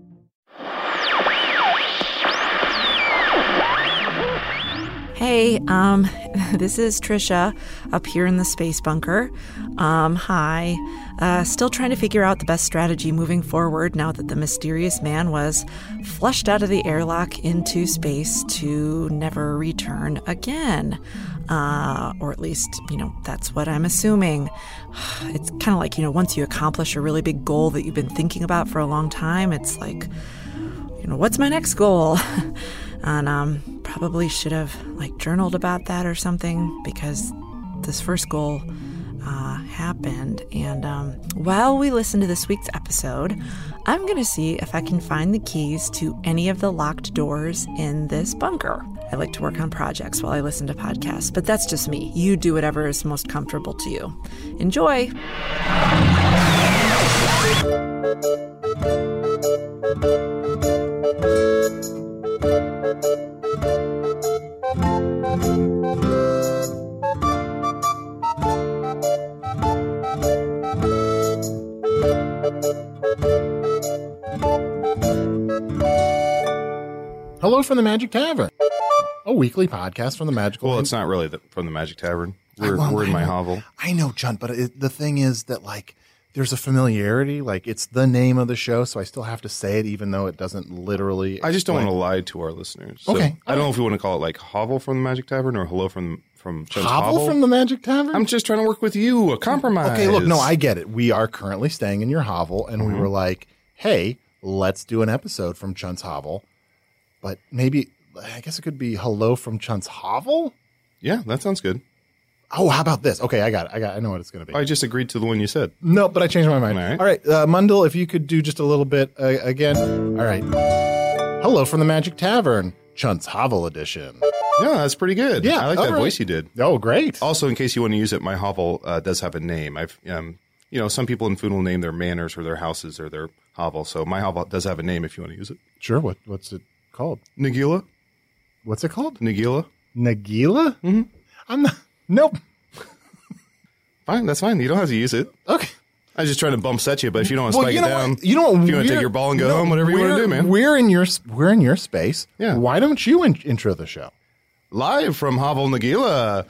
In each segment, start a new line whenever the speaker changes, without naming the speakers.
Hey, um, this is Trisha up here in the space bunker. Um, hi. Uh, still trying to figure out the best strategy moving forward now that the mysterious man was flushed out of the airlock into space to never return again. Uh, or at least, you know, that's what I'm assuming. It's kind of like, you know, once you accomplish a really big goal that you've been thinking about for a long time, it's like, you know, what's my next goal? and um, probably should have like journaled about that or something because this first goal uh, happened. And um, while we listen to this week's episode, I'm gonna see if I can find the keys to any of the locked doors in this bunker. I like to work on projects while I listen to podcasts, but that's just me. You do whatever is most comfortable to you. Enjoy.
Hello from the Magic Tavern, a weekly podcast from the magical.
Well, it's not really the, from the Magic Tavern.
I-
We're,
well,
we're in
I
my
know-
hovel.
I know, John, but it, the thing is that like there's a familiarity. Like it's the name of the show, so I still have to say it, even though it doesn't literally.
I just don't want to
explain-
lie to our listeners.
Okay.
I don't know if we want to call it like hovel from the Magic Tavern or hello from from Chum's hovel.
hovel from the Magic Tavern.
I'm just trying to work with you. A compromise.
okay, look, no, I get it. We are currently staying in your hovel, and
Mm-hmm.
we were like, hey, let's do an episode from Chunt's hovel, but maybe I guess it could be hello from Chunt's hovel.
Yeah, that sounds good.
Oh, how about this? Okay, I got it. I got. I know what it's going to be.
I just agreed to the one you said.
No, but I changed my mind. All
All
right,
right.
uh, Mundell, if you could do just a little bit uh, again. All right. Hello from the Magic Tavern, Chunt's Hovel Edition.
Yeah, that's pretty good.
Yeah,
I like
all
that
right.
voice you did.
Oh, great.
Also, in case you want to use it, my hovel uh, does have a name. I've, um, you know, some people in food will name their manors or their houses or their hovel. So my hovel does have a name if you want to use it.
Sure. What What's it called?
Nagila,
What's it called?
Nagila.
Nagila? Mm-hmm. I'm not. Nope.
Fine, that's fine. You don't have to use it.
Okay.
I was just trying to bump set you, but if you don't want to
Well,
spike
you
it
know
down,
what? You know what?
if you want to
We're-
take your ball and go
no,
home, whatever you want to
we're-
do, man.
We're in your s- we're in your space.
Yeah.
Why don't you in- intro the show?
Live from Havel Nagila,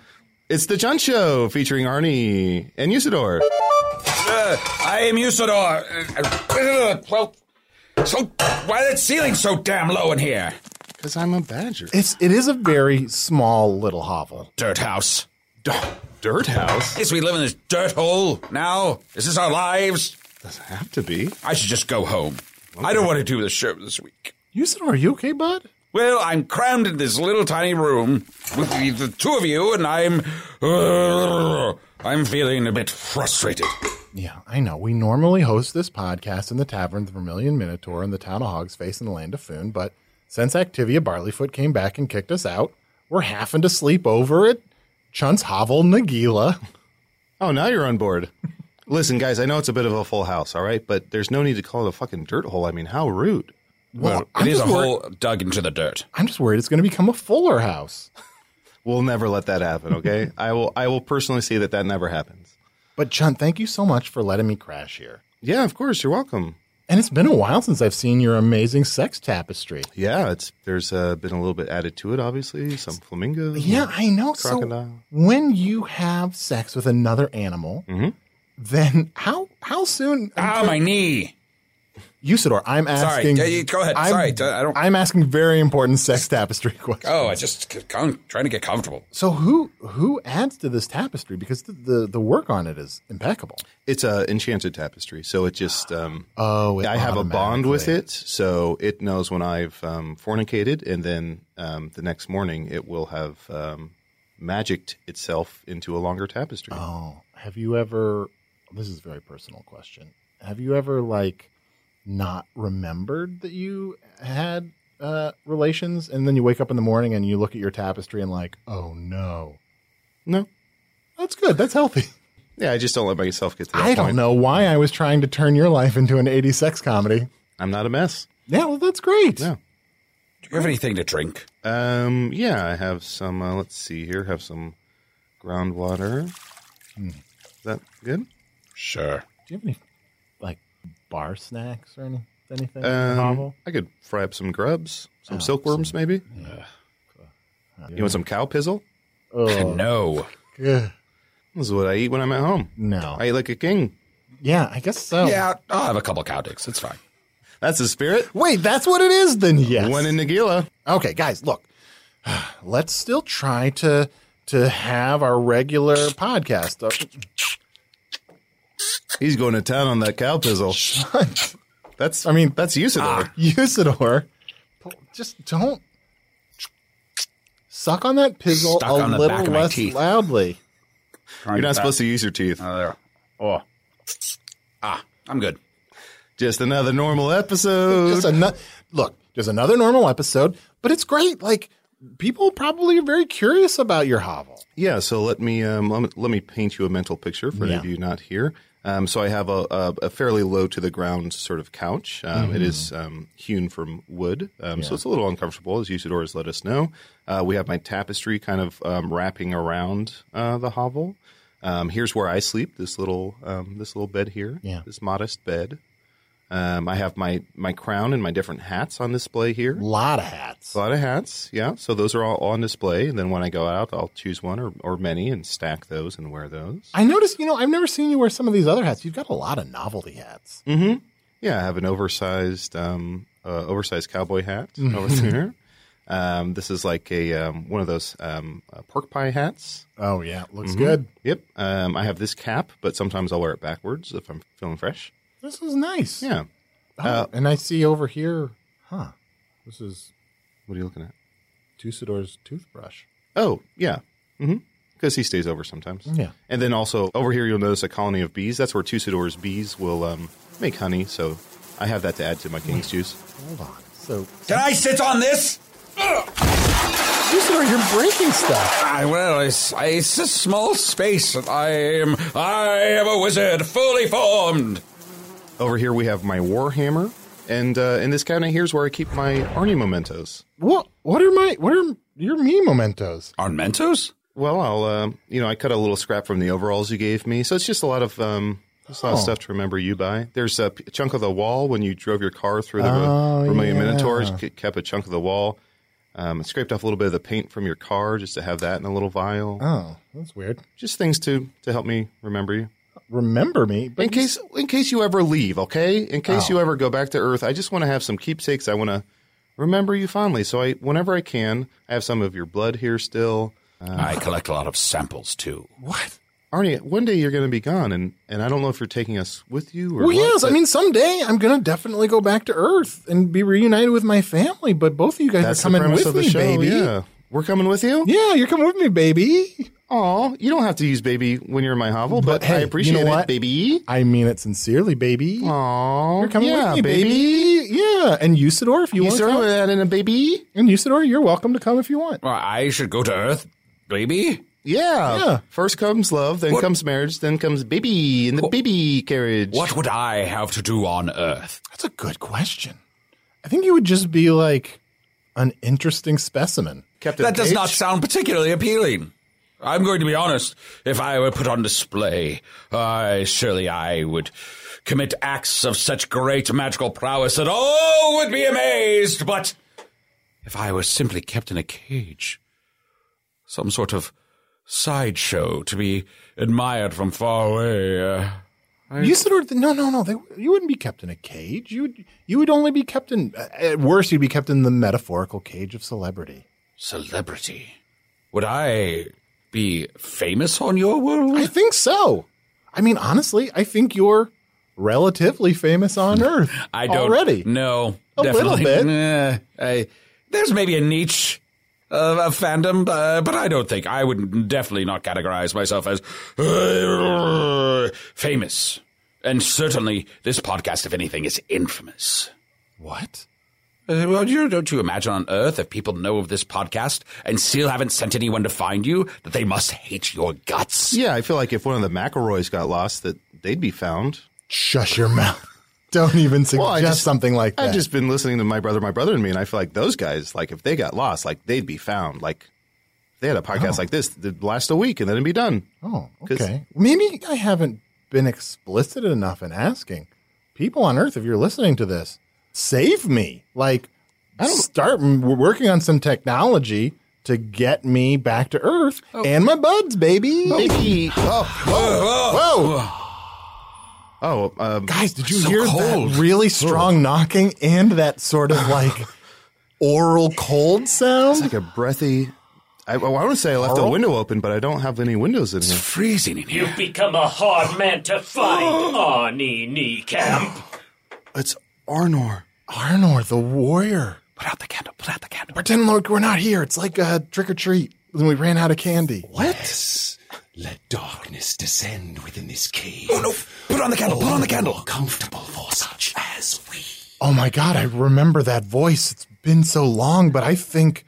it's the Chunt Show featuring Arnie and Usador.
Uh, I am Usador. Uh, uh, Well, so why that ceiling so damn low in here?
Because I'm a badger.
It's it is a very small little hovel.
Dirt house.
Dirt house?
Guess we live in this dirt hole now. Is this our lives?
Doesn't have to be.
I should just go home. I don't want to do the show this week.
You said, "Are you okay, bud?"
Well, I'm crammed in this little tiny room with the, the two of you, and I'm. uh, I'm feeling a bit frustrated.
Yeah, I know. We normally host this podcast in the tavern, the Vermilion Minotaur, in the town of Hogsface in the land of Foon, but since Activia Barleyfoot came back and kicked us out, we're having to sleep over at Chunt's Hovel Nagila.
Oh, now you're on board. Listen, guys, I know it's a bit of a full house, all right? But there's no need to call it a fucking dirt hole. I mean, how rude.
Well,
it is a
just worried,
hole dug into the dirt.
I'm just worried it's going to become a fuller house.
We'll never let that happen. Okay, I will. I will personally say that that never happens.
But John, thank you so much for letting me crash here.
Yeah, of course. You're welcome.
And it's been a while since I've seen your amazing sex tapestry.
Yeah, it's there's uh, been a little bit added to it. Obviously, some flamingos.
Yeah, I know. So
Crocodile.
when you have sex with another animal,
Mm-hmm.
then how how soon?
Ah, my knee.
Usador, I'm asking.
yeah, you- go ahead.
I'm-
Sorry, I don't-
I'm asking very important sex tapestry questions.
Oh, I just c- con- trying to get comfortable.
So who who adds to this tapestry because the the, the work on it is impeccable.
It's a enchanted tapestry, so it just um,
Oh, it
I have a bond with
automatically-
it, so it knows when I've um, fornicated, and then um, the next morning it will have um, magicked itself into a longer tapestry.
Oh, have you ever? This is a very personal question. Have you ever like not remembered that you had uh, relations, and then you wake up in the morning and you look at your tapestry and like, oh no,
No,
that's good. That's healthy.
yeah, I just don't let myself get to that
I don't
point.
know why I was trying to turn your life into an 80 sex comedy.
I'm not a mess.
Yeah, well, that's great.
Yeah.
Do you have anything to drink?
Um, yeah, I have some. Uh, let's see here. Have some groundwater.
Hmm.
Is that good?
Sure.
Do you have any like bar snacks or any, anything?
Um,
Novel?
I could fry up some grubs,
Ah,
some silkworms, maybe. You want some cow pizzle?
Oh,
No.
ugh,
This is what I eat when I'm at home.
no.
I eat like a king.
yeah, I guess so.
Yeah, I'll have a couple cow dicks. It's fine.
That's the spirit.
Wait, that's what it is then. Yes.
One in Nagila.
Okay, guys, look. Let's still try to to have our regular podcast. Uh,
He's going to town on that cow pizzle. That's
I mean,
that's Usador.
Usador, p- just don't suck on that pizzle
Stuck
a
on the back
little
of my
less
teeth.
loudly.
You're not supposed to use your teeth.
Oh, there. Oh. Ah, I'm good.
Just another normal episode.
Just ano- look, just another normal episode, but it's great. Like people probably are very curious about your hovel.
Yeah, so let me um, let me, let me paint you a mental picture for any of you not here. Um, so I have a, a, a fairly low to the ground sort of couch. Um,
Mm-hmm.
it is um, hewn from wood, um, so it's a little uncomfortable, as Usador has let us know. Uh, we have my tapestry kind of um, wrapping around uh, the hovel. Um, here's where I sleep. This little um, this little bed here.
Yeah.
This modest bed. Um, I have my my crown and my different hats on display here.
A lot of hats.
A lot of hats, yeah. So those are all on display. And then when I go out, I'll choose one or, or many and stack those and wear those.
I noticed, you know, I've never seen you wear some of these other hats. You've got a lot of novelty hats.
Mm-hmm. Yeah, I have an oversized, um, uh, oversized cowboy hat
Mm-hmm.
over there. Um, this is like a um, one of those um, uh, pork pie hats. Mm-hmm.
Oh yeah, looks good.
Yep. Um, I have this cap, but sometimes I'll wear it backwards if I'm feeling fresh.
This is nice.
Yeah. Uh,
Oh, and I see over here, huh? This is
What are you looking at?
Tusador's toothbrush.
Oh, yeah. Because he stays over sometimes.
Yeah.
And then also over here, you'll notice a colony of bees. That's where Tusador's bees will um, make honey. So I have that to add to my king's juice.
Hold on. So
Can I sit on this?
Tusador, you're breaking stuff.
I, well, it's, it's a small space. I am. I am a wizard, fully formed.
Over here, we have my warhammer. And uh, in this cabinet here is where I keep my Arnie mementos.
What? What are my? What are your me mementos?
On Mentos?
Well, I'll, uh, you know, I cut a little scrap from the overalls you gave me. So it's just a lot of, um, just a lot of
Oh.
stuff to remember you by. There's a p- chunk of the wall when you drove your car through the
Oh,
Vermilion
yeah.
Minotaurs, k- kept a chunk of the wall. Um, I scraped off a little bit of the paint from your car just to have that in a little vial.
Oh, that's weird.
just things to to help me remember you.
Remember me, but Oh.
In case in case you ever leave, okay? In case you ever go back to Earth, I just want to have some keepsakes. I want to remember you fondly. So I whenever I can, I have some of your blood here still. Uh,
I collect a lot of samples too.
what?
Arnie, one day you're going to be gone and and I don't know if you're taking us with you or
Well,
what,
yes. I
but
mean, someday I'm gonna definitely go back to Earth and be reunited with my family. But both of you guys
that's
are
the
coming
premise
with
of the
me,
show.
baby.
Yeah. We're coming with you?
Yeah, you're coming with me, baby.
Aw, you don't have to use baby when you're in my hovel, but,
But hey,
I
you
appreciate
know
it,
what?
baby.
I mean it sincerely, baby.
Aw,
You're coming
yeah,
with me, baby. Yeah, and Usador, if you,
You
want to
throw
come.
that in a baby?
And Usador, you're welcome to come if you want.
Well, I should go to Earth, baby.
Yeah.
Yeah.
First comes love, then comes marriage, then comes baby in the baby carriage.
What would I have to do on Earth?
That's a good question. I think you would just be like an interesting specimen. Kept in
That does
cage?
not sound particularly appealing. I'm going to be honest. If I were put on display, I surely I would commit acts of such great magical prowess that all would be amazed. But if I were simply kept in a cage, some sort of sideshow to be admired from far away. Uh,
You said no, no, no. They, you wouldn't be kept in a cage. You would, you would only be kept in. uh, At worst, you'd be kept in the metaphorical cage of celebrity.
celebrity. Would I be famous on your world?
I think so. I mean, honestly, I think you're relatively famous on Earth.
I don't
already.
No,
A little
definitely.
bit.
Nah, I- there's maybe a niche of, of fandom, uh, but I don't think I would definitely not categorize myself as uh, famous. And certainly, this podcast, if anything, is infamous.
What?
Uh, well, you, don't you imagine on Earth if people know of this podcast and still haven't sent anyone to find you that they must hate your guts?
Yeah, I feel like if one of the McElroys got lost, that they'd be found.
Shush your mouth. Don't even suggest
I just-
something like that.
I've just been listening to my brother, my brother and me, and I feel like those guys, like if they got lost, like they'd be found. Like if they had a podcast like this, it'd last a week and then it'd be done.
Oh,
'Cause-
okay. Maybe I haven't been explicit enough in asking. People on Earth, if you're listening to this, save me. Like, I don't start m- we're working on some technology to get me back to Earth and my buds, baby.
Maybe. Oh,
Whoa,
oh um,
guys! Did you
So
hear
cold.
that really strong knocking and that sort of like oral cold sound?
like a breathy. I, I want to say I left the window open, but I don't have any windows in here.
Freezing in here.
You've become a hard man to Ah, find, Arnie Kneecamp.
It's Arnor.
Arnor, the warrior.
Put out the candle. Put out the candle.
Pretend like we're not here. It's like a trick or treat. Then we ran out of candy.
Yes. Let darkness descend within this cave.
Oh, no. Put on the candle. Put on the candle.
Comfortable for such as we.
Oh my god, I remember that voice. It's been so long, but I think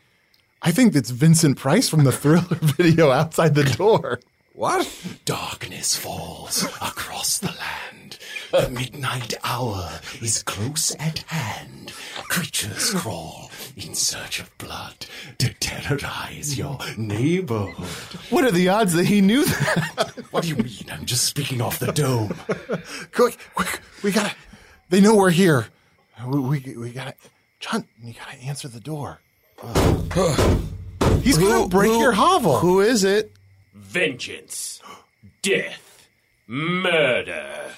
I think it's Vincent Price from the thriller video outside the door.
What?
Darkness falls across the land. The midnight hour is close at hand. Creatures crawl in search of blood to terrorize your neighborhood.
What are the odds that he knew that?
What do you mean? I'm just speaking off the dome.
Quick, quick, we gotta they know we're here. We we, we gotta John, you gotta answer the door. He's gonna break your hovel.
Who is it?
Vengeance, death, murder,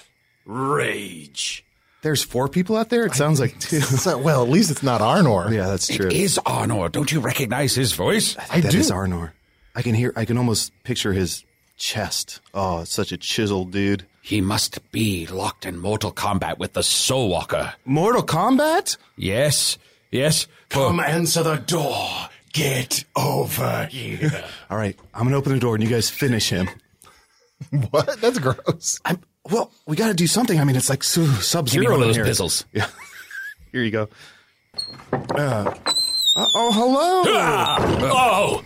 rage.
There's four people out there. It sounds like two.
So- well, at least it's not Arnor.
yeah, that's true.
Is Arnor. Don't you recognize his voice?
I
do.
Arnor. I can hear. I can almost picture his chest. Oh, it's such a chiseled dude.
He must be locked in mortal combat with the Soul Walker.
Mortal Kombat.
Yes, yes. For-
Come answer the door. Get over here.
All right, I'm gonna open the door and you guys finish him.
What? That's gross.
I'm well. We got to do something. I mean, it's like sub
give me
zero
one of
in
those
here.
pizzles.
Uh, Here you go. Uh, oh, hello.
Oh!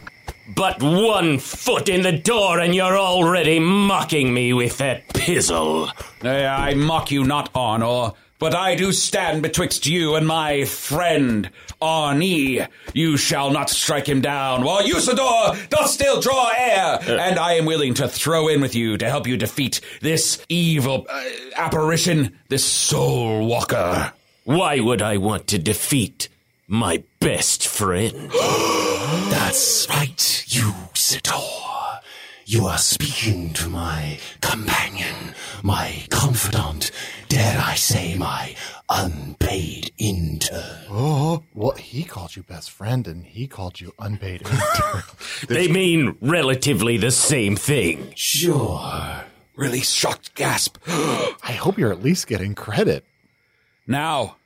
But one foot in the door and you're already mocking me with that pizzle.
Nay, I mock you not, Arnor, but I do stand betwixt you and my friend, Arnie. You shall not strike him down, while Usador doth still draw air,
Uh.
and I am willing to throw in with you to help you defeat this evil uh, apparition, this soul walker.
Why would I want to defeat my best friend?
That's right, you, Sidor. You are speaking to my companion, my confidant, dare I say, my unpaid intern.
Oh, well, he called you best friend and he called you unpaid intern.
They mean relatively the same thing.
Sure.
Really shocked gasp.
I hope you're at least getting credit.
Now,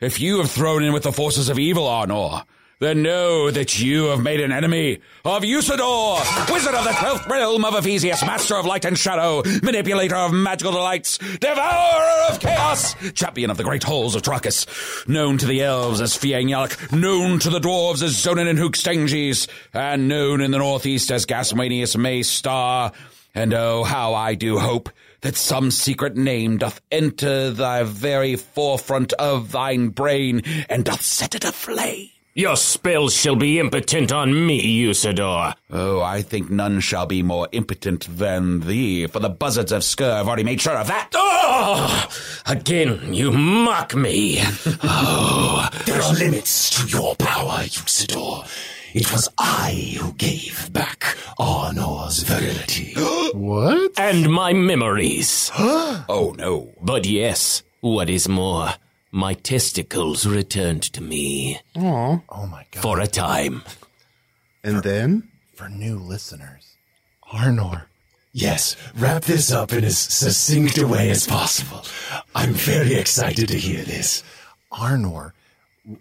if you have thrown in with the forces of evil, Arnor, then know that you have made an enemy of Usador, wizard of the twelfth realm of Ephesius, master of light and shadow, manipulator of magical delights, devourer of chaos, champion of the great halls of Trachis, known to the elves as Fiang Yalak, known to the dwarves as Zonin and Hookstanges, and known in the northeast as Gasmanius Maystar. And oh, how I do hope that some secret name doth enter thy very forefront of thine brain and doth set it aflame.
Your spells shall be impotent on me, Usador.
Oh, I think none shall be more impotent than thee, for the buzzards of Skur have already made sure of that.
Oh! Again, you mock me.
Oh, there are limits to your power, Usador. It was I who gave back Arnor's virility.
What?
and my memories.
Oh, no.
But yes, what is more, my testicles returned to me
Oh my god.
for a time.
And then
For new listeners, Arnor.
Yes, wrap this up in as succinct a way as possible. I'm very excited to hear this.
Arnor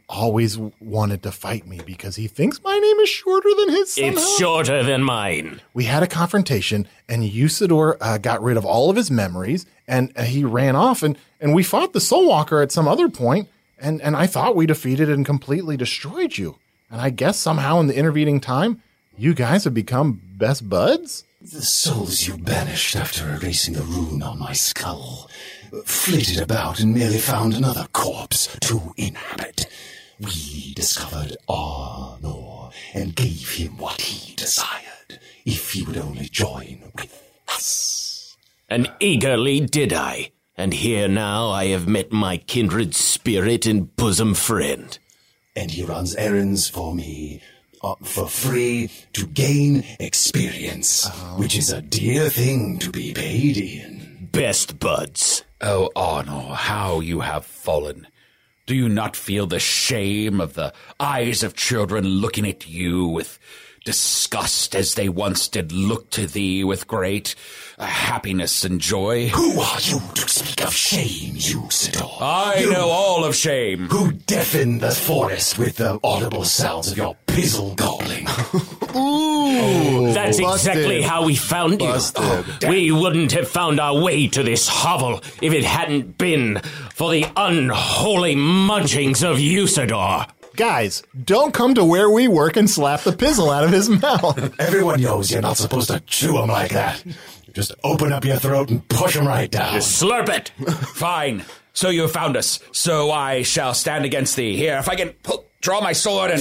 always wanted to fight me because he thinks my name is shorter than his. Somehow.
It's shorter than mine.
we had a confrontation, and Usador uh, got rid of all of his memories, and uh, he ran off, and and we fought the Soul Walker at some other point, and and I thought we defeated and completely destroyed you, and I guess somehow in the intervening time, you guys have become best buds.
The souls you banished after erasing the rune on my skull flitted about and merely found another corpse to inhabit. We discovered Arnor and gave him what he desired, if he would only join with us.
And eagerly did I. And here now I have met my kindred spirit and bosom friend.
and he runs errands for me uh, for free to gain experience,
Uh-huh.
which is a dear thing to be paid in.
Best buds.
Oh, Arnor, how you have fallen. Do you not feel the shame of the eyes of children looking at you with disgust as they once did look to thee with great uh, happiness and joy?
Who are you to speak of shame, you Sidor?
I
You
know all of shame.
Who deafened the forest with the audible sounds of your pizzle gobbling?
That's exactly how we found you. We wouldn't have found our way to this hovel if it hadn't been for the unholy munchings of Usador.
Guys, don't come to where we work and slap the pizzle out of his mouth.
Everyone knows you're not supposed to chew 'em like that. Just open up your throat and push 'em right down.
Slurp it!
Fine. So you have found us. So I shall stand against thee. Here, if I can pull, draw my sword and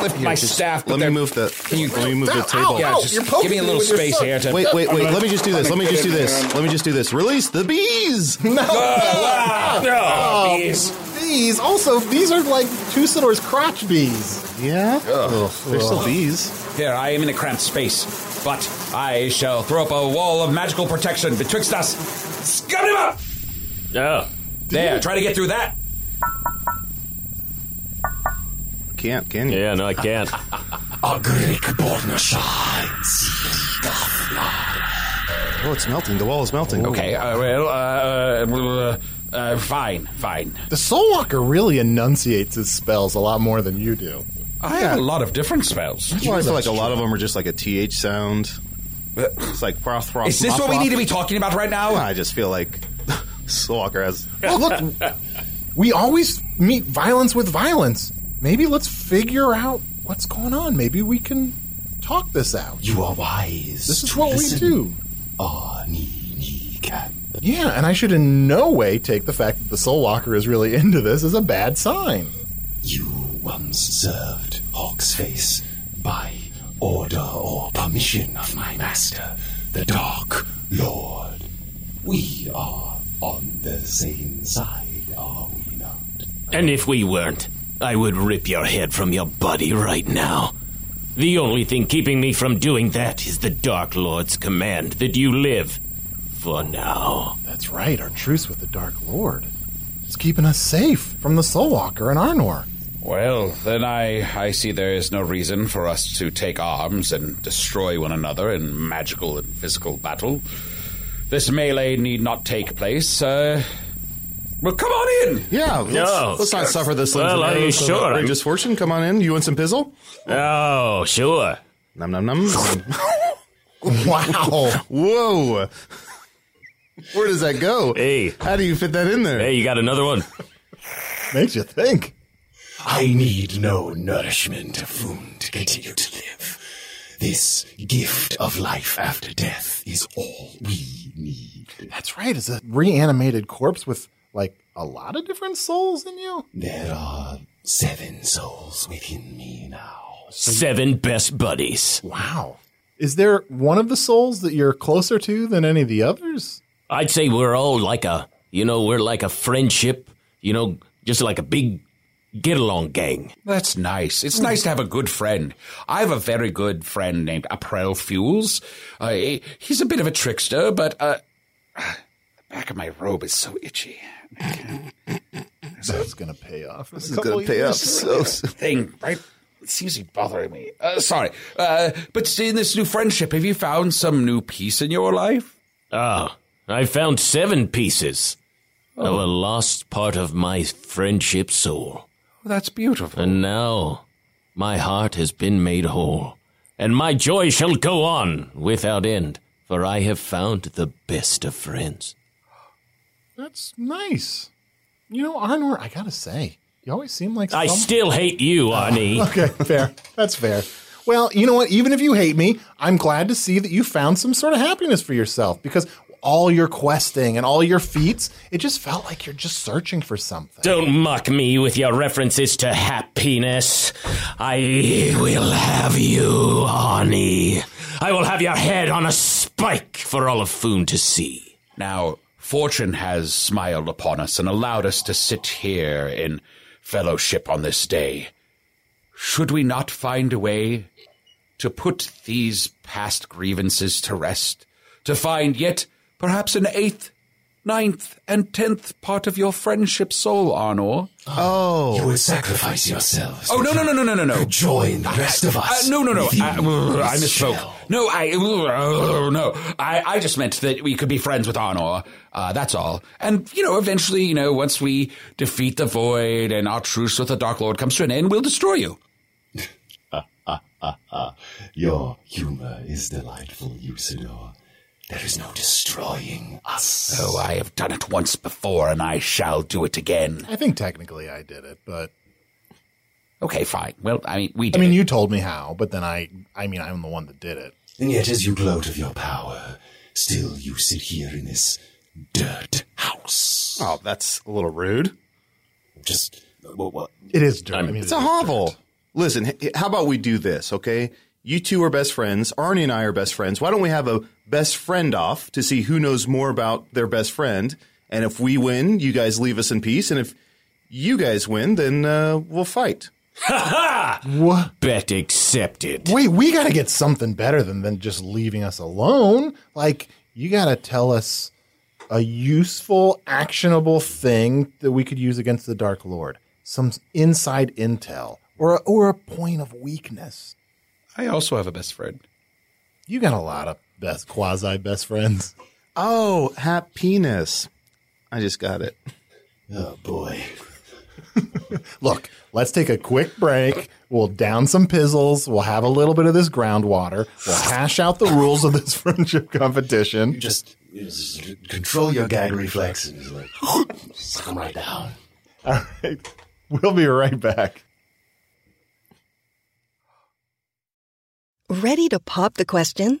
lift my staff. but
let me
then-
move the
Can you?
let me move the table.
yeah, just give me a little space here. To,
Wait, wait, wait. Let me just do this. Let me just do this. Let me just do this. Release the bees.
Ah, ah, bees.
these Oh, also, these are like Usador's crotch bees.
Yeah. Ugh, There's still bees.
Here, I am in a cramped space, but I shall throw up a wall of magical protection betwixt us. Scum him up!
Oh,
There, try to get through that.
Can't can you?
yeah, no, I can't.
Agrik Bornashai,
Oh, it's melting. The wall is melting.
Okay, uh, well, uh, uh, uh, fine, fine.
The Soul Walker really enunciates his spells a lot more than you do.
I have a lot of different spells.
Well, I feel like a lot of them are just like a th sound. It's like froth, froth.
Is this
froth,
what we
froth.
need to be talking about right now?
I just feel like Slawker has.
Well, look, we always meet violence with violence. Maybe let's figure out what's going on. Maybe we can talk this out.
you are wise.
This is
to
what we
listen.
do.
Ah, Arnini Camp.
Yeah, and I should in no way take the fact that the Soul Walker is really into this as a bad sign.
You once served Hawk's Face by order or permission of my master, the Dark Lord. We are on the same side, are we not?
And if we weren't, I would rip your head from your body right now. The only thing keeping me from doing that is the Dark Lord's command that you live. For now.
That's right, our truce with the Dark Lord. It's keeping us safe from the Soul Walker and Arnor.
Well, then I, I see there is no reason for us to take arms and destroy one another in magical and physical battle. This melee need not take place. Uh, well, come on in!
Yeah. Let's,
No.
let's not suffer this.
Well, are you sure?
Outrageous fortune. Come on in. You want some pizzle?
Oh, sure.
Num num num.
Wow.
Whoa. Where does that go?
Hey.
How do you fit that in there?
Hey, you got another one?
Makes you think.
I need no nourishment of food to continue to live. This gift of life after death is all we need.
That's right, it's a reanimated corpse with like a lot of different souls in you.
There are seven souls within me now.
Seven best buddies.
Wow. Is there one of the souls that you're closer to than any of the others?
I'd say we're all like a, you know, we're like a friendship, you know, just like a big get along gang.
That's nice. It's nice to have a good friend. I have a very good friend named April Fuels. Uh, he- he's a bit of a trickster, but uh, the back of my robe is so itchy.
That's going to pay off.
This is going to pay off so soon.
Thing right it seems to be bothering me. Uh, sorry, uh, but in this new friendship, have you found some new peace in your life?
Ah, I found seven pieces
Oh.
of a lost part of my friendship soul.
Oh, that's beautiful.
And now my heart has been made whole, and my joy shall go on without end, for I have found the best of friends.
That's nice. You know, Arnor, I got to say, you always seem like
I
some-
still hate you, Arnie.
Okay, fair. That's fair. Well, you know what? Even if you hate me, I'm glad to see that you found some sort of happiness for yourself because all your questing and all your feats, it just felt like you're just searching for something.
Don't mock me with your references to happiness. I will have you, Arnie. I will have your head on a spike for all of Foon to see.
Now, fortune has smiled upon us and allowed us to sit here in fellowship on this day. Should we not find a way to put these past grievances to rest, to find yet perhaps an eighth, ninth, and tenth part of your friendship soul, Arnor?
You would sacrifice yourselves.
Oh, no, no, no, no, no, no, no.
Join the rest of
Uh,
us.
no, no, no.
within
I, I
this
misspoke.
shell.
No, I uh, no. I, I just meant that we could be friends with Arnor. Uh, that's all. And you know, eventually, you know, once we defeat the void and our truce with the Dark Lord comes to an end, we'll destroy you.
Your humor is delightful, Usador. There is no destroying us.
Oh, I have done it once before, and I shall do it again.
I think technically I did it, but
Okay, fine. Well, I mean, we
I
did.
mean,
it.
you told me how, but then I, I mean, I'm the one that did it.
And yet, as you gloat of your power, still you sit here in this dirt house.
Oh, that's a little rude.
Just what? what?
It is dirt. I mean,
It's a hovel. Listen, h- h- how about we do this, okay? You two are best friends. Arnie and I are best friends. Why don't we have a best friend off to see who knows more about their best friend? And if we win, you guys leave us in peace. And if you guys win, then uh, we'll fight.
What?
Bet accepted.
Wait, we got to get something better than, than just leaving us alone. Like, you got to tell us a useful, actionable thing that we could use against the Dark Lord, some s- inside intel, or a, or a point of weakness.
I also have a best friend.
You got a lot of best quasi best friends.
Oh, happiness. I just got it.
Oh boy.
Look, let's take a quick break. We'll down some pizzles. We'll have a little bit of this groundwater. We'll hash out the rules of this friendship competition.
Just, just control your gag reflex and just like suck 'em right down.
All right. We'll be right back.
Ready to pop the question?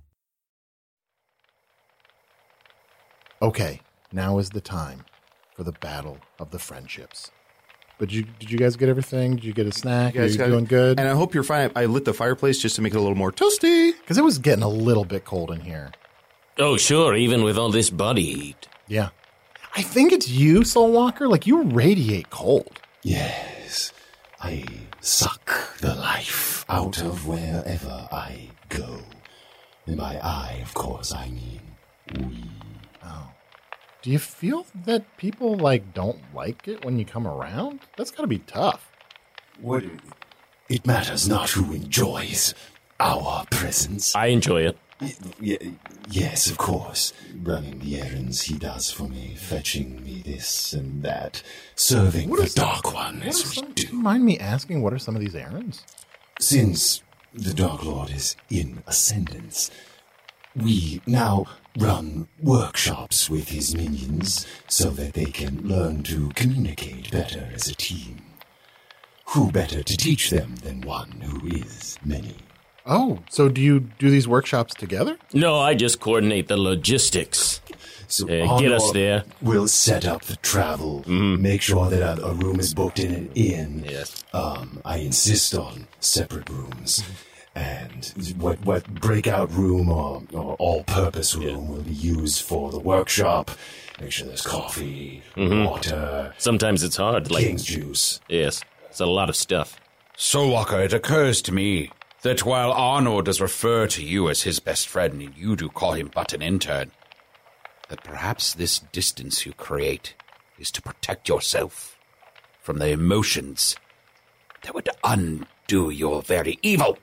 Okay, now is the time for the battle of the friendships. But did you, did you guys get everything? Did you get a snack?
You
Are
guys
you
got it.
doing good?
And I hope you're fine. I lit the fireplace just to make it a little more toasty.
Because it was getting a little bit cold in here.
Oh, sure, even with all this body heat.
Yeah. I think it's you, Soul Walker. Like, you radiate cold.
Yes, I suck the life out of wherever I go. And by I, of course, I mean
Do you feel that people, like, don't like it when you come around? That's got to be tough.
What? It matters not who enjoys our presence.
I enjoy it.
Y- yes, of course. Running the errands he does for me, fetching me this and that, serving the Dark One
What are
as we
some, do you
do.
mind me asking what are some of these errands?
Since the Dark Lord is in ascendance, we now run workshops with his minions so that they can learn to communicate better as a team. Who better to teach them than one who is many?
Oh, so do you do these workshops together?
No, I just coordinate the logistics.
So
Uh, get us
Arnor
there.
We'll set up the travel, make sure that a, a room is booked in an inn.
Yes.
Um, I insist on separate rooms. And what what breakout room or, or all purpose room will be used for the workshop. Make sure there's coffee, water,
Mm-hmm. Sometimes it's hard. Like,
king's juice.
yes, it's a lot of stuff.
So, Walker, it occurs to me that while Arnold does refer to you as his best friend and you do call him but an intern, that perhaps this distance you create is to protect yourself from the emotions that would undo your very evil.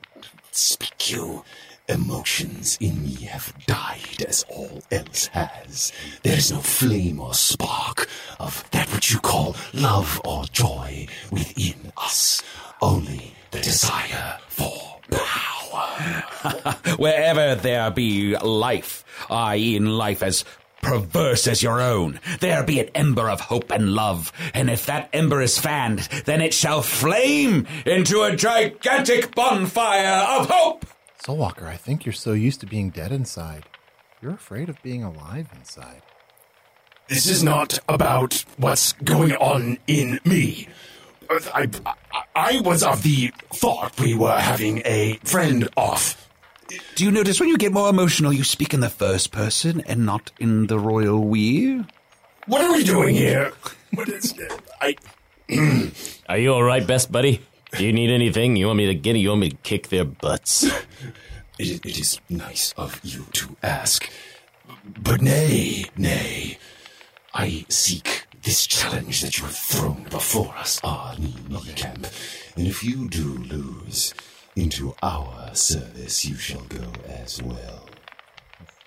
Speak you. Emotions in me have died as all else has. There is no flame or spark of that which you call love or joy within us. Only the desire for power.
Wherever there be life, i.e., in life as perverse as your own, there be an ember of hope and love, and if that ember is fanned, then it shall flame into a gigantic bonfire of hope!
Soul Walker, I think you're so used to being dead inside. You're afraid of being alive inside.
This is not about what's going on in me. I, I, I was of the thought we were having a friend off.
Do you notice when you get more emotional, you speak in the first person and not in the royal we?
What are we doing here? What is I.
Are you all right, best buddy? Do you need anything? You want me to get? You want me to kick their butts?
It, it is nice of you to ask. But nay, nay. I seek this challenge that you have thrown before us, our knee camp. And if you do lose, into our service you shall go as well.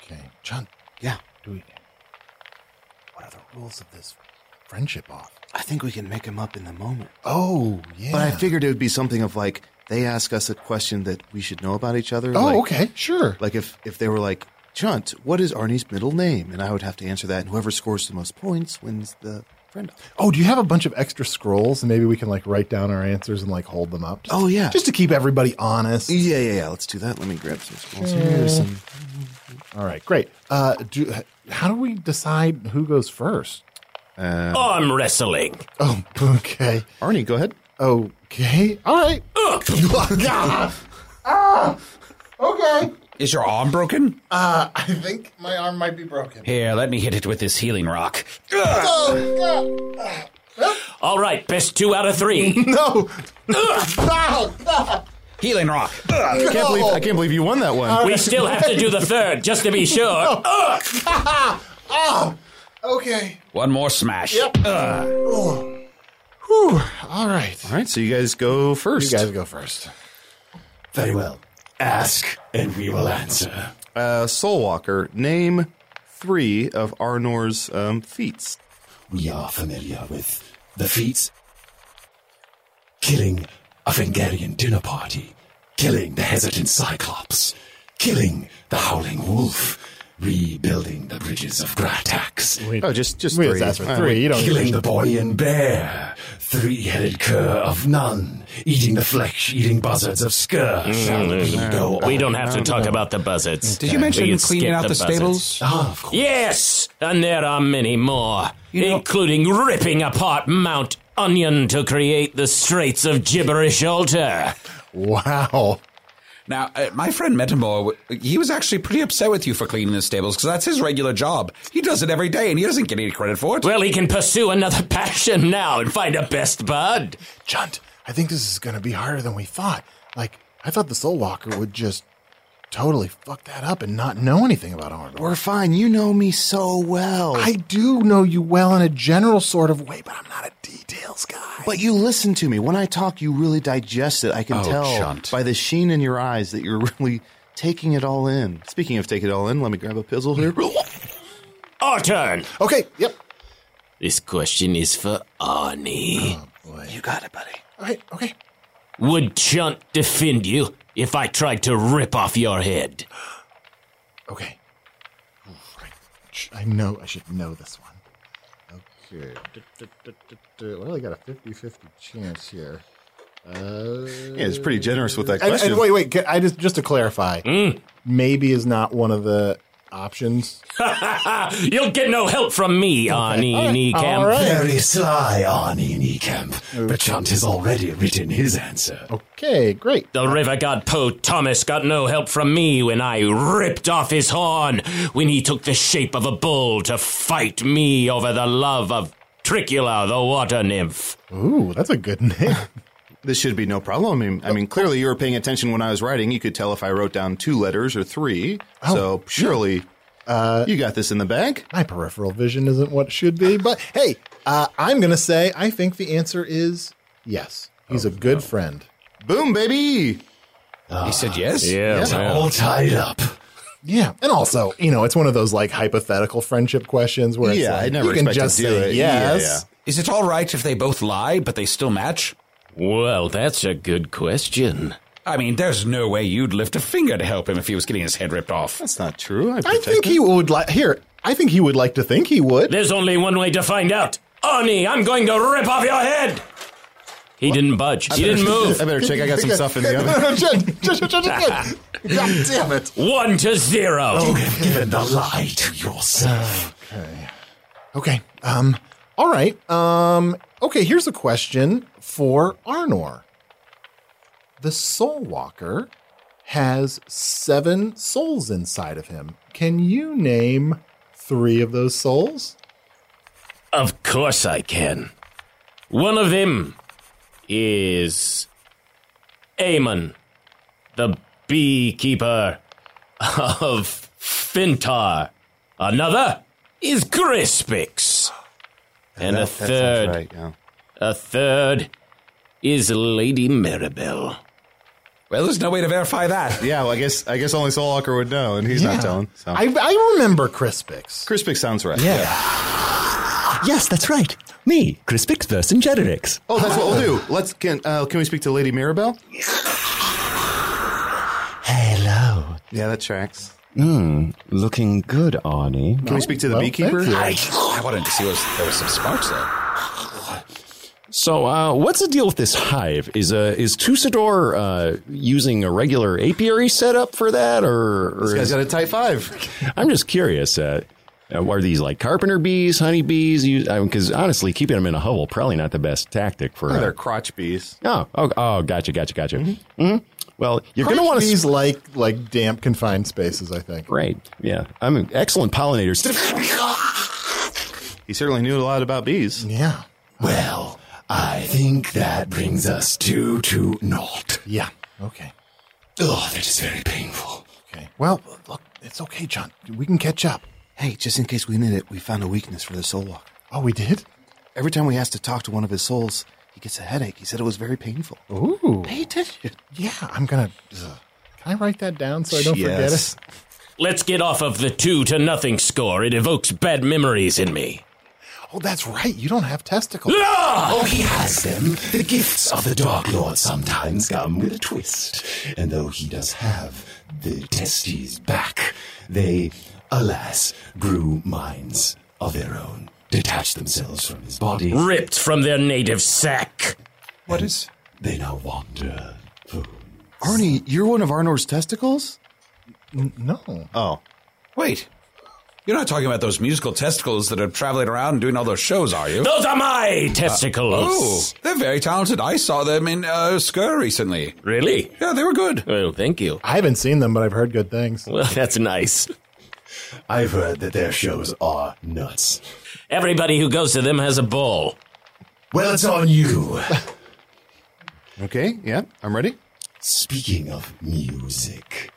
Okay. John,
Yeah,
do we. What are the rules of this friendship off?
I think we can make him up in the moment.
Oh, yeah.
But I figured it would be something of like they ask us a question that we should know about each other.
Oh,
like,
okay, sure.
Like if if they were like, Chunt, what is Arnie's middle name? And I would have to answer that, and whoever scores the most points wins the friend. off.
Oh, do you have a bunch of extra scrolls and maybe we can like write down our answers and like hold them up? Just-
Oh, yeah.
Just to keep everybody honest.
Yeah, yeah, yeah. Let's do that. Let me grab some scrolls here. Some.
All right, great. Uh do how do we decide who goes first?
Arm wrestling.
Oh, okay.
Um, Arnie, go ahead.
Okay. All right.
Uh.
Ah, ah, okay.
Is your arm broken?
Uh, I think my arm might be broken.
Here, let me hit it with this healing rock.
Oh, ah,
All right, best two out of three.
no. Ah, ah.
Healing rock.
I can't believe I can't believe you won that one.
we still have to do the third, just to be sure.
Ah, okay.
One more smash.
Whew. All right.
All right, so you guys go
You
first.
guys go first.
Very well. Ask, and we will answer.
Uh, Soul Walker, name three of Arnor's um, feats.
We are familiar with the feats. Killing a Vengarian dinner party. Killing the hesitant Cyclops. Killing the howling wolf. rebuilding the bridges of Gratax.
Oh, just just
We
three.
just asked for
All
three. You don't
Killing the Boyan bear, three-headed cur of none, eating the flesh-eating buzzards of Scourge. Go
Mm, Mm-hmm. We
on.
don't have to talk about the buzzards.
Did you mention
We can
cleaning
skip
out the,
buzzards.
stables?
Ah, of course.
Yes, and there are many more, including ripping apart Mount Onion to create the Straits of Gibberish Altar.
Wow.
Now, uh, my friend Metamore, w- he was actually pretty upset with you for cleaning the stables because that's his regular job. He does it every day and he doesn't get any credit for it.
Well, he can pursue another passion now and find a best bud.
Chunt, I think this is going to be harder than we thought. Like, I thought the Soul Walker would just totally fuck that up and not know anything about Arnold.
We're fine. You know me so well.
I do know you well in a general sort of way, but I'm not a details guy.
but you listen to me. When I talk, you really digest it. I can
Oh,
tell
chunt.
by the sheen in your eyes that you're really taking it all in. Speaking of taking it all in, let me grab a pizzle here.
Our turn.
Okay, yep.
This question is for Arnie.
you got it, buddy.
All right, okay.
Would Chunt defend you if I tried to rip off your head?
Okay. Oof, I- I know I should know this one. Okay. Du- du- du- du- du. Well, I got a 50 50 chance here. Uh,
Yeah, it's pretty generous with that
and,
question.
and wait, wait. ca- I just just to clarify,
Hmm.
maybe is not one of the options.
Ah, You'll get no help from me, Arnie Niekamp.
All right.
Very sly Arnie Niekamp, but Chunt has already written his answer.
Okay, great.
The river god Poe Thomas got no help from me when I ripped off his horn when he took the shape of a bull to fight me over the love of Tricula the water nymph.
Ooh, that's a good name.
This should be no problem. I mean, I mean, clearly you were paying attention when I was writing. You could tell if I wrote down two letters or three.
Oh,
so surely
Uh,
you got this in the bag.
My peripheral vision isn't what it should be, but hey, uh, I'm gonna say I think the answer is yes. He's a good friend.
Boom, baby.
he said yes.
It's all tied up.
Yeah, and also, you know, it's one of those like hypothetical friendship questions where it's
Yeah,
like,
I never
you can
expected
just
to do
say
it. Yeah,
yes.
Is it all right if they both lie but they still match?
Well, that's a good question.
I mean, there's no way you'd lift a finger to help him if he was getting his head ripped off.
That's not true. I,
I think he would like here. I think he would like to think he would.
There's only one way to find out. Arnie, I'm going to rip off your head! He didn't budge. He didn't
I
move.
better check. I got some stuff in the
No, no,
oven.
no, Jen, Jen, Jen, Jen, Jen. God damn it.
One to zero.
You have given the lie to yourself.
Okay. Um. All right. Um. Okay. Here's a question for Arnor. The Soul Walker has seven souls inside of him. Can you name three of those souls?
Of course I can. One of them is Amon, the beekeeper of Fintar. Another is Crispix. And a third,
Right, yeah.
a third is Lady Maribel.
Well, there's no way to verify that.
yeah, well, I guess I guess only Soul Walker would know, and he's
Yeah.
not telling. So.
I, I remember Crispix.
Crispix sounds right.
Yes, that's right. Me, Crispix versus Jedirix.
Oh, that's what we'll do. Let's can uh, can we speak to Lady Mirabelle?
Hello.
Yeah, that tracks.
Hmm,
Looking good, Arnie.
Can we speak to the
Well,
beekeeper?
thank you.
I wanted to see what there was some sparks there.
So, uh, what's the deal with this hive? Is uh, is Tusador uh, using a regular apiary setup for that, or,
This
or
guy's got a tight five.
I'm just curious. Uh, uh, are these like carpenter bees, honey bees? Because honestly, keeping them in a hovel probably not the best tactic for.
Oh,
Uh,
they're crotch bees.
oh, oh, oh, gotcha, gotcha, gotcha. Mhm. Well, you're going to want
Crispix
to
these like like damp confined spaces. I think.
Great. Yeah. I'm an excellent pollinator.
He certainly knew a lot about bees.
Yeah.
Well, I think that brings us two to naught.
Yeah. Okay.
Oh, that is very painful.
Okay. Well, look, it's okay, John. We can catch up.
Hey, just in case we need it, we found a weakness for the soul walker.
Oh, we did.
Every time we asked to talk to one of his souls, he gets a headache. He said it was very painful.
Ooh.
Pay attention.
Yeah. I'm gonna. ugh. Can I write that down so I don't forget it?
Let's get off of the two to nothing score. It evokes bad memories in me.
Oh, that's right. You don't have testicles.
Oh, he has them. The gifts of the Dark Lord sometimes come with a twist. And though he does have the testes back, they alas, grew minds of their own, detached themselves from his body.
Ripped from their native sack.
What is? They now wander.
Arnie, you're one of Arnor's testicles?
no.
Oh.
Wait. You're not talking about those musical testicles that are traveling around and doing all those shows, are you?
Those are my
Uh,
testicles.
oh, they're very talented. I saw them in uh, Skur recently.
Really?
Yeah, they were good.
Well, thank you.
I haven't seen them, but I've heard good things.
Well, that's nice.
I've heard that their shows are nuts.
Everybody who goes to them has a bull.
Well, it's on you.
Okay, yeah, I'm ready.
Speaking of music,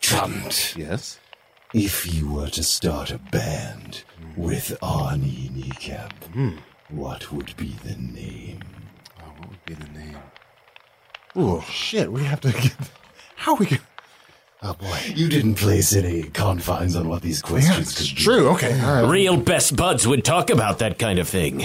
Trump.
Yes.
If you were to start a band with Arnie Kneecap, what would be the name?
Hmm. what would be the name?
Oh shit, we have to get. How we? Get,
Oh boy, you didn't place any confines on what these
yeah,
questions
it's
could be.
true. Okay, all right.
Real best buds would talk about that kind of thing.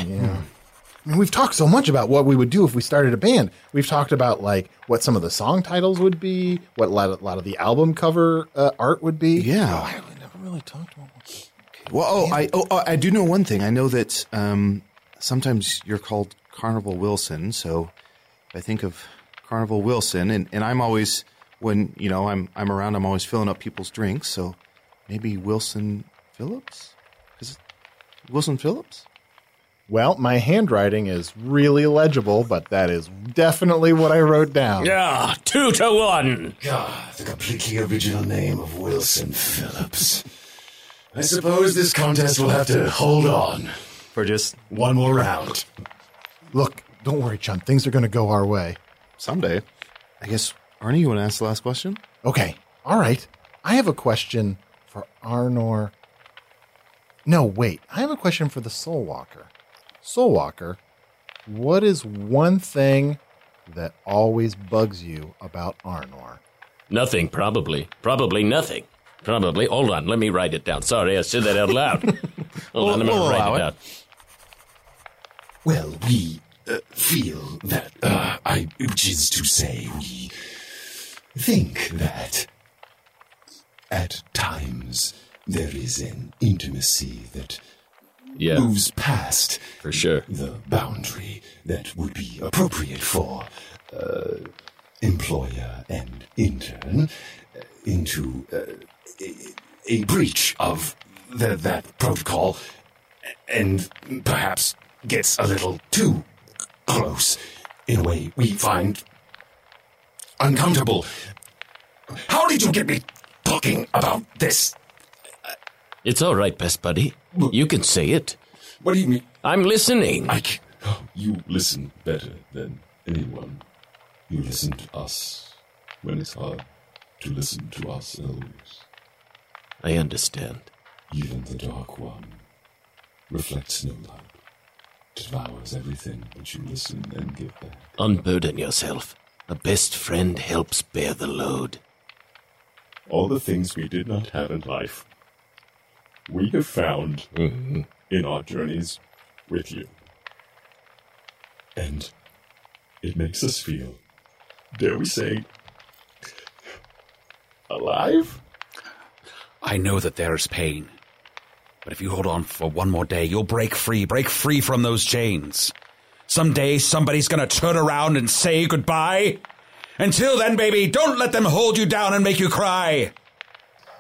I mean, we've talked so much about what we would do if we started a band. We've talked about like what some of the song titles would be, what a lot of, lot of the album cover uh, art would be.
Yeah.
I would never really talked about.
Well, oh, I oh, oh, I do know one thing. I know that um, sometimes you're called Carnival Wilson. So if I think of Carnival Wilson, and, and I'm always when you know I'm I'm around, I'm always filling up people's drinks. So maybe Wilson Phillips, is it Wilson Phillips?
Well, my handwriting is really legible, but that is definitely what I wrote down.
Yeah, two to one.
Ah, the completely original name of Wilson Phillips. I suppose this contest will have to hold on
For just
one more round.
Look, don't worry, Chun. Things are going to go our way.
someday, I guess. Arnie, you want to ask the last question?
Okay. All right. I have a question for Arnor. No, wait. I have a question for the Soul Walker. Soul Walker, what is one thing that always bugs you about Arnor?
Nothing, probably. Probably nothing. Probably. Hold on, let me write it down. Sorry, I said that out loud. Hold on, I'm going
We'll
to write
allow
it
it.
down.
Well, we uh, feel that, uh, I, which is to say, we think that at times there is an intimacy that
Yeah,
moves past
for sure.
the boundary that would be appropriate for uh, employer and intern uh, into uh, a, a breach of the, that protocol and perhaps gets a little too close in a way we find uncomfortable. How did you get me talking about this?
It's all right, best buddy. You can say it.
What do you mean?
I'm listening.
I c- you listen better than anyone. You listen to us when it's hard to listen to ourselves.
I understand.
Even the Dark One reflects no light, devours everything but you listen and give back.
Unburden yourself. A best friend helps bear the load.
All the things we did not have in life, we have found in our journeys with you. And it makes us feel, dare we say, alive?
I know that there is pain. But if you hold on for one more day, you'll break free, break free from those chains. Someday somebody's gonna turn around and say goodbye. Until then, baby, don't let them hold you down and make you cry.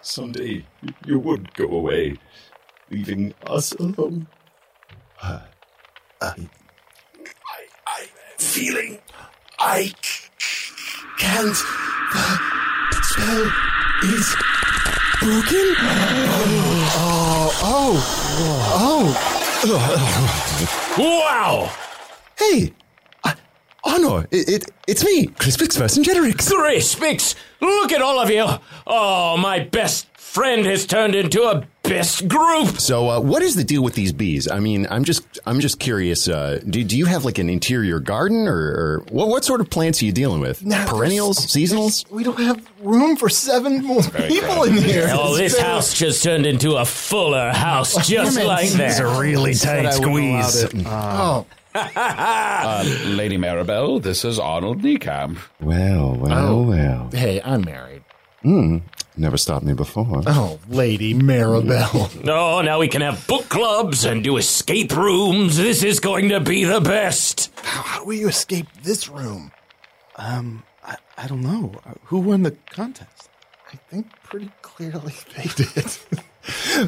Someday y- you would go away, leaving us alone. I, I, I'm feeling I c- can't. The spell is broken. Oh,
Wow!
Hey, uh, Honor, it, it it's me, Crispix Vercingetorix.
Three speaks! Look at all of you! Oh, my best friend has turned into a best group!
So, uh, what is the deal with these bees? I mean, I'm just, I'm just curious. Uh, do, do you have like an interior garden, or, or what, what sort of plants are you dealing with? Perennials, seasonals?
We don't have room for seven more people in here.
Oh, this house just turned into a fuller
Oh,
house, just like that.
really tight squeeze. Mm. Uh,
Oh,
Lady Maribel, Uh, this is Arnold Niekamp.
Well, well, well.
Oh, hey, I'm married.
Hmm. Never stopped me before.
Oh, Lady Maribel.
No, Oh, now we can have book clubs and do escape rooms. This is going to be the best.
How do we escape this room?
Um, I, I don't know. Uh, Who won the contest?
I think pretty clearly they did.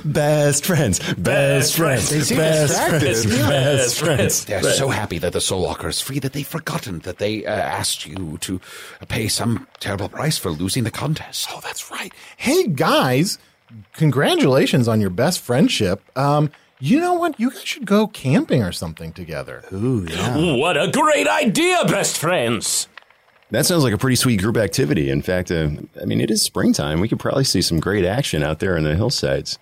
Best friends. Best friends.
They
Best
seem
friends.
distracted. Yeah.
Best friends.
They're so happy that the Soul Walker is free that they've forgotten that they uh, asked you to pay some terrible price for losing the contest.
Oh, that's right. Hey guys, congratulations on your best friendship. Um, you know what? You guys should go camping or something together.
Ooh, yeah.
What a great idea, best friends.
That sounds like a pretty sweet group activity. In fact, uh, I mean, it is springtime. We could probably see some great action out there in the hillsides.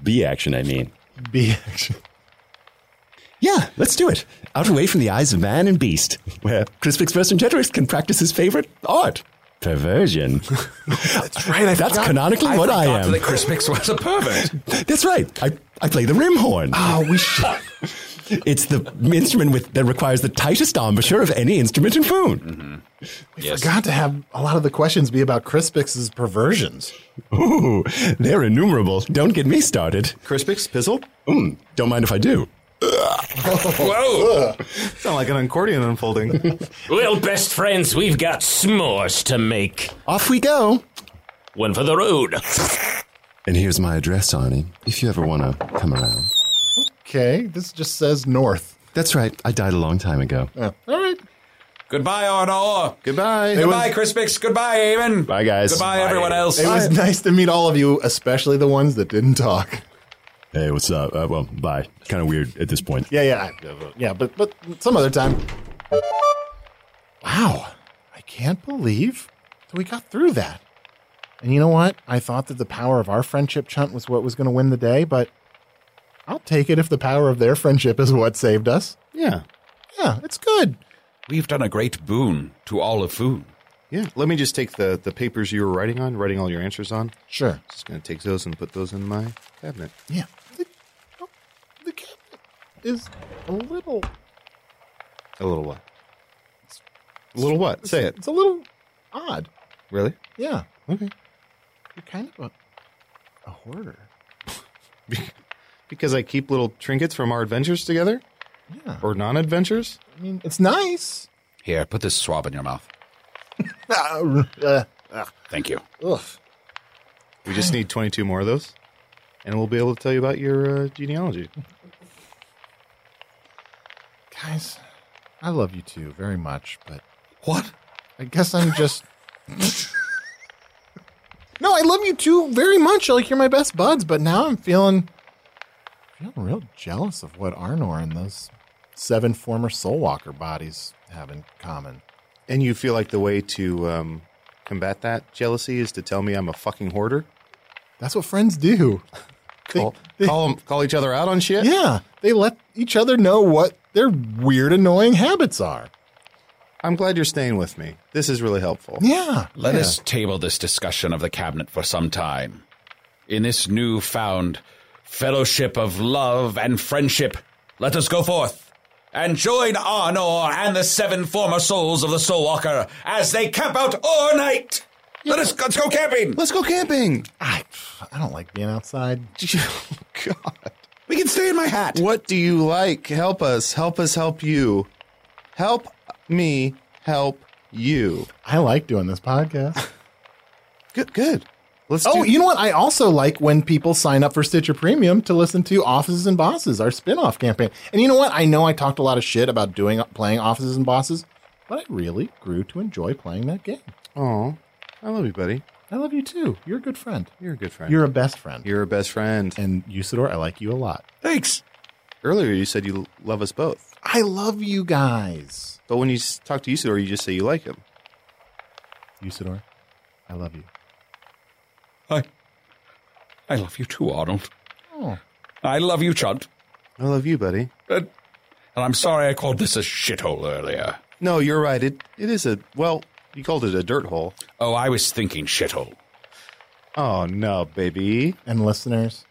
Bee action, I mean.
Bee action.
Yeah, let's do it. Out away from the eyes of man and beast, where Crispix Western Jetrix can practice his favorite art. Perversion. That's
right. I
That's
forgot-
canonically
I
what I
forgot
am.
that Crispix was a pervert.
That's right. I, I play the rim horn.
Oh, we should.
it's the instrument with, that requires the tightest embouchure of any instrument in tune.
Mm-hmm. We forgot to have a lot of the questions be about Crispix's perversions.
Ooh, they're innumerable. Don't get me started. Crispix, Pizzle?
Hmm,
Mm, don't mind if I do.
Oh.
Whoa! Sound like an accordion unfolding.
Well, best friends, we've got s'mores to make.
Off we go.
One for the road.
And here's my address, Arnie, if you ever want to come around.
Okay, this just says north.
That's right. I died a long time ago.
Oh, all right.
Goodbye, Arnor.
Goodbye.
Goodbye, Crispix. Goodbye, Eamon.
Bye, guys.
Goodbye, everyone else.
It was nice to meet all of you, especially the ones that didn't talk.
Hey, what's up? Uh, well, bye. Kind of weird at this point.
Yeah, yeah, I- yeah. But but some other time. Wow, I can't believe that we got through that. And you know what? I thought that the power of our friendship chunt was what was going to win the day, but I'll take it if the power of their friendship is what saved us.
yeah.
Yeah, it's good.
We've done a great boon to all of food.
Yeah. Let me just take the, the papers you were writing on, writing all your answers on.
Sure.
Just going to take those and put those in my cabinet.
Yeah. The, oh, the cabinet is a little.
A little what? A little what? Say it.
It's a little odd.
Really?
Yeah,
Okay.
you're kind of a, a hoarder.
Because I keep little trinkets from our adventures together?
Yeah.
Or non adventures?
I mean, it's nice.
Here, put this swab in your mouth.
Ah, uh,
Thank you.
ugh.
We just need 22 more of those. And we'll be able to tell you about your uh, genealogy.
Guys, I love you too very much, but
What?
I guess I'm just. no, I love you too very much. Like you're my best buds, but now I'm feeling, feeling real jealous of what Arnor and those seven former Soulwalker bodies have in common.
And you feel like the way to um, combat that jealousy is to tell me I'm a fucking hoarder?
That's what friends do. They-
Call,
they-
call, 'em- call each other out on shit?
yeah, they let each other know what their weird, annoying habits are.
I'm glad you're staying with me. This is really helpful.
Yeah,
Let us table this discussion of the cabinet for some time. In this newfound fellowship of love and friendship, let us go forth and join Arnor and the seven former souls of the Soul Walker as they camp out all night. Let us let's go camping.
Let's go camping.
I, I don't like being outside.
God.
We can stay in my hat.
What do you like? Help us. Help us help you. Help me help you.
I like doing this podcast.
Good, good. Let's
Oh,
do
you know what? I also like when people sign up for Stitcher Premium to listen to Offices and Bosses, our spin-off campaign. And you know what? I know I talked a lot of shit about doing playing Offices and Bosses, but I really grew to enjoy playing that game.
Oh, I love you, buddy.
I love you too. You're a good friend.
You're a good friend.
You're a best friend.
You're a best friend.
and Usador, I like you a lot.
Thanks.
Earlier, you said you l- love us both,
I love you guys.
but when you s- talk to Isidore, you just say you like him.
Usador, I love you.
I I love you too, Arnold.
Oh.
I love you, Chunt. Uh,
I love you, buddy.
And, and I'm sorry I called this a shithole earlier.
No, you're right. It it is a well. You called it a dirt hole.
Oh, I was thinking shithole.
Oh no, baby.
And listeners,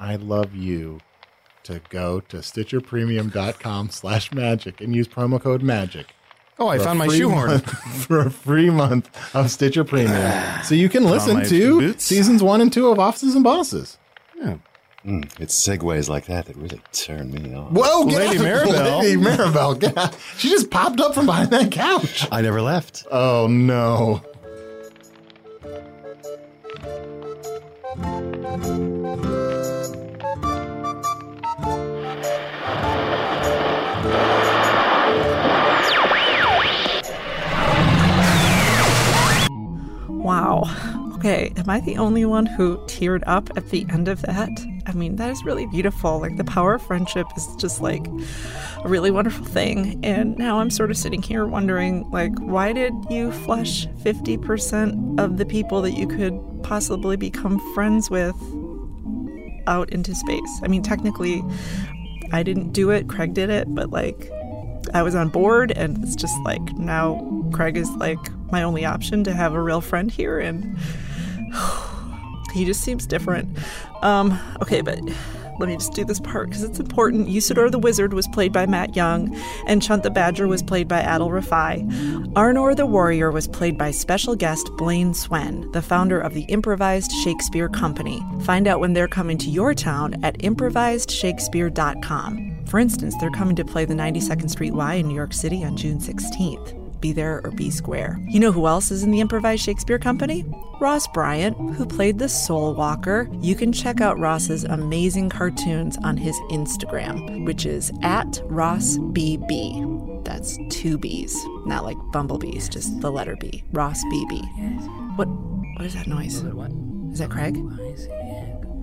I love you to go to stitcherpremium.com slash magic and use promo code magic
Oh, I
for a
found my
free
shoehorn.
month- for a free month of Stitcher Premium, so you can
Put on
listen
my
to
boots.
seasons one and two of Offices and Bosses.
Mm, it's segues like that that really turn me on.
Whoa, get
Lady
out-
Maribel.
Lady Maribel, get out. she just popped up from behind that couch.
I never left.
Oh no.
Wow. Okay, am I the only one who teared up at the end of that? I mean, that is really beautiful. Like, the power of friendship is just like a really wonderful thing. And now I'm sort of sitting here wondering, like, why did you flush 50% of the people that you could possibly become friends with out into space? I mean, technically, I didn't do it, Craig did it, but like, I was on board, and it's just like now Craig is like my only option to have a real friend here, and he just seems different. Um, okay, but let me just do this part because it's important. Usador the Wizard was played by Matt Young, and Chunt the Badger was played by Adil Rafai. Arnor the Warrior was played by special guest Blaine Swen, the founder of the Improvised Shakespeare Company. Find out when they're coming to your town at improvisedshakespeare.com. For instance, they're coming to play the 92nd Street Y in New York City on June 16th. Be there or be square. You know who else is in the Improvised Shakespeare Company? Ross Bryant, who played the Soul Walker. You can check out Ross's amazing cartoons on his Instagram, which is at RossBB. That's two B's, not like bumblebees, just the letter B. Ross BB. What? What is that noise? What? Is that Craig?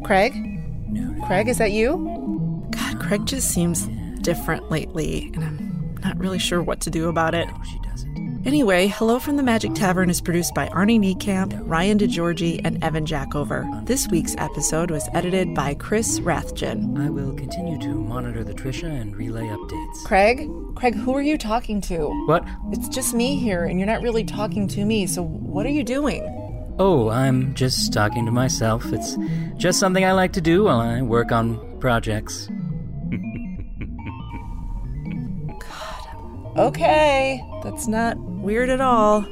Craig? No. Craig, is that you? God, Craig just seems different lately, and I'm not really sure what to do about it. Anyway, Hello from the Magic Tavern is produced by Arnie Niekamp, Ryan DeGiorgi, and Evan Jackover. This week's episode was edited by Chris Rathjen.
I will continue to monitor the Trisha and relay updates.
Craig? Craig, who are you talking to?
What?
It's just me here, and you're not really talking to me, so what are you doing?
Oh, I'm just talking to myself. It's just something I like to do while I work on projects.
Okay, that's not weird at all.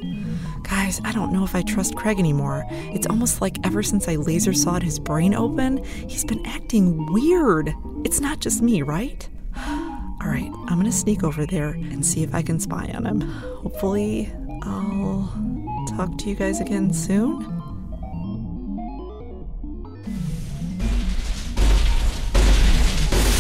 Guys, I don't know if I trust Craig anymore. It's almost like ever since I laser sawed his brain open, he's been acting weird. It's not just me, right? All right, I'm gonna sneak over there and see if I can spy on him. Hopefully, I'll talk to you guys again soon.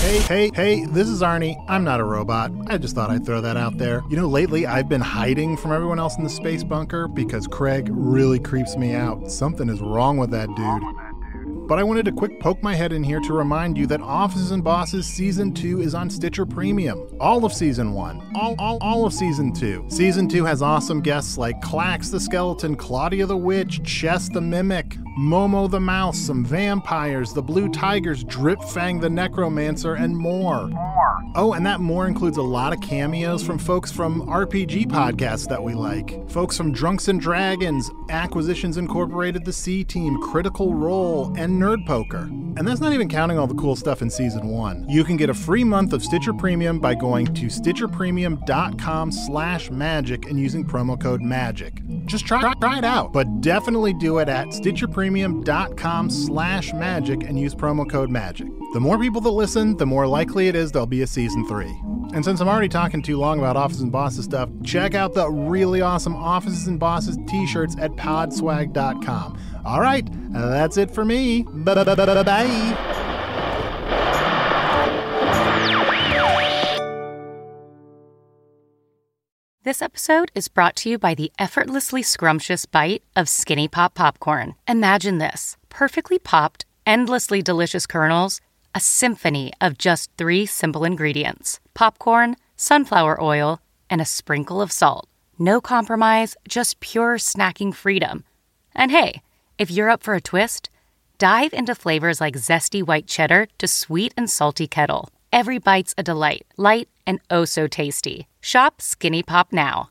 Hey, hey, hey, this is Arnie. I'm not a robot. I just thought I'd throw that out there. You know, lately I've been hiding from everyone else in the space bunker because Craig really creeps me out. Something is wrong with that dude. But I wanted to quick poke my head in here to remind you that Offices and Bosses Season 2 is on Stitcher Premium. All of Season 1. All, all, all of Season 2. Season 2 has awesome guests like Clax the Skeleton, Claudia the Witch, Chess the Mimic, Momo the Mouse, some vampires, the Blue Tigers, Dripfang the Necromancer, and more. Oh, and that more includes a lot of cameos from folks from RPG podcasts that we like. Folks from Drunks and Dragons, Acquisitions Incorporated, The C Team, Critical Role, and Nerd Poker. And that's not even counting all the cool stuff in season one. You can get a free month of Stitcher Premium by going to stitcherpremium.com slash magic and using promo code magic. Just try, try it out, but definitely do it at stitcherpremium.com slash magic and use promo code magic. The more people that listen, the more likely it is there'll be a season three. And since I'm already talking too long about Offices and Bosses stuff, check out the really awesome Offices and Bosses t shirts at podswag.com. All right, that's it for me. Bye.
This episode is brought to you by the effortlessly scrumptious bite of Skinny Pop Popcorn. Imagine this perfectly popped, endlessly delicious kernels, a symphony of just three simple ingredients popcorn, sunflower oil, and a sprinkle of salt. No compromise, just pure snacking freedom. And hey, if you're up for a twist, dive into flavors like zesty white cheddar to sweet and salty kettle. Every bite's a delight, light and oh so tasty. Shop Skinny Pop now.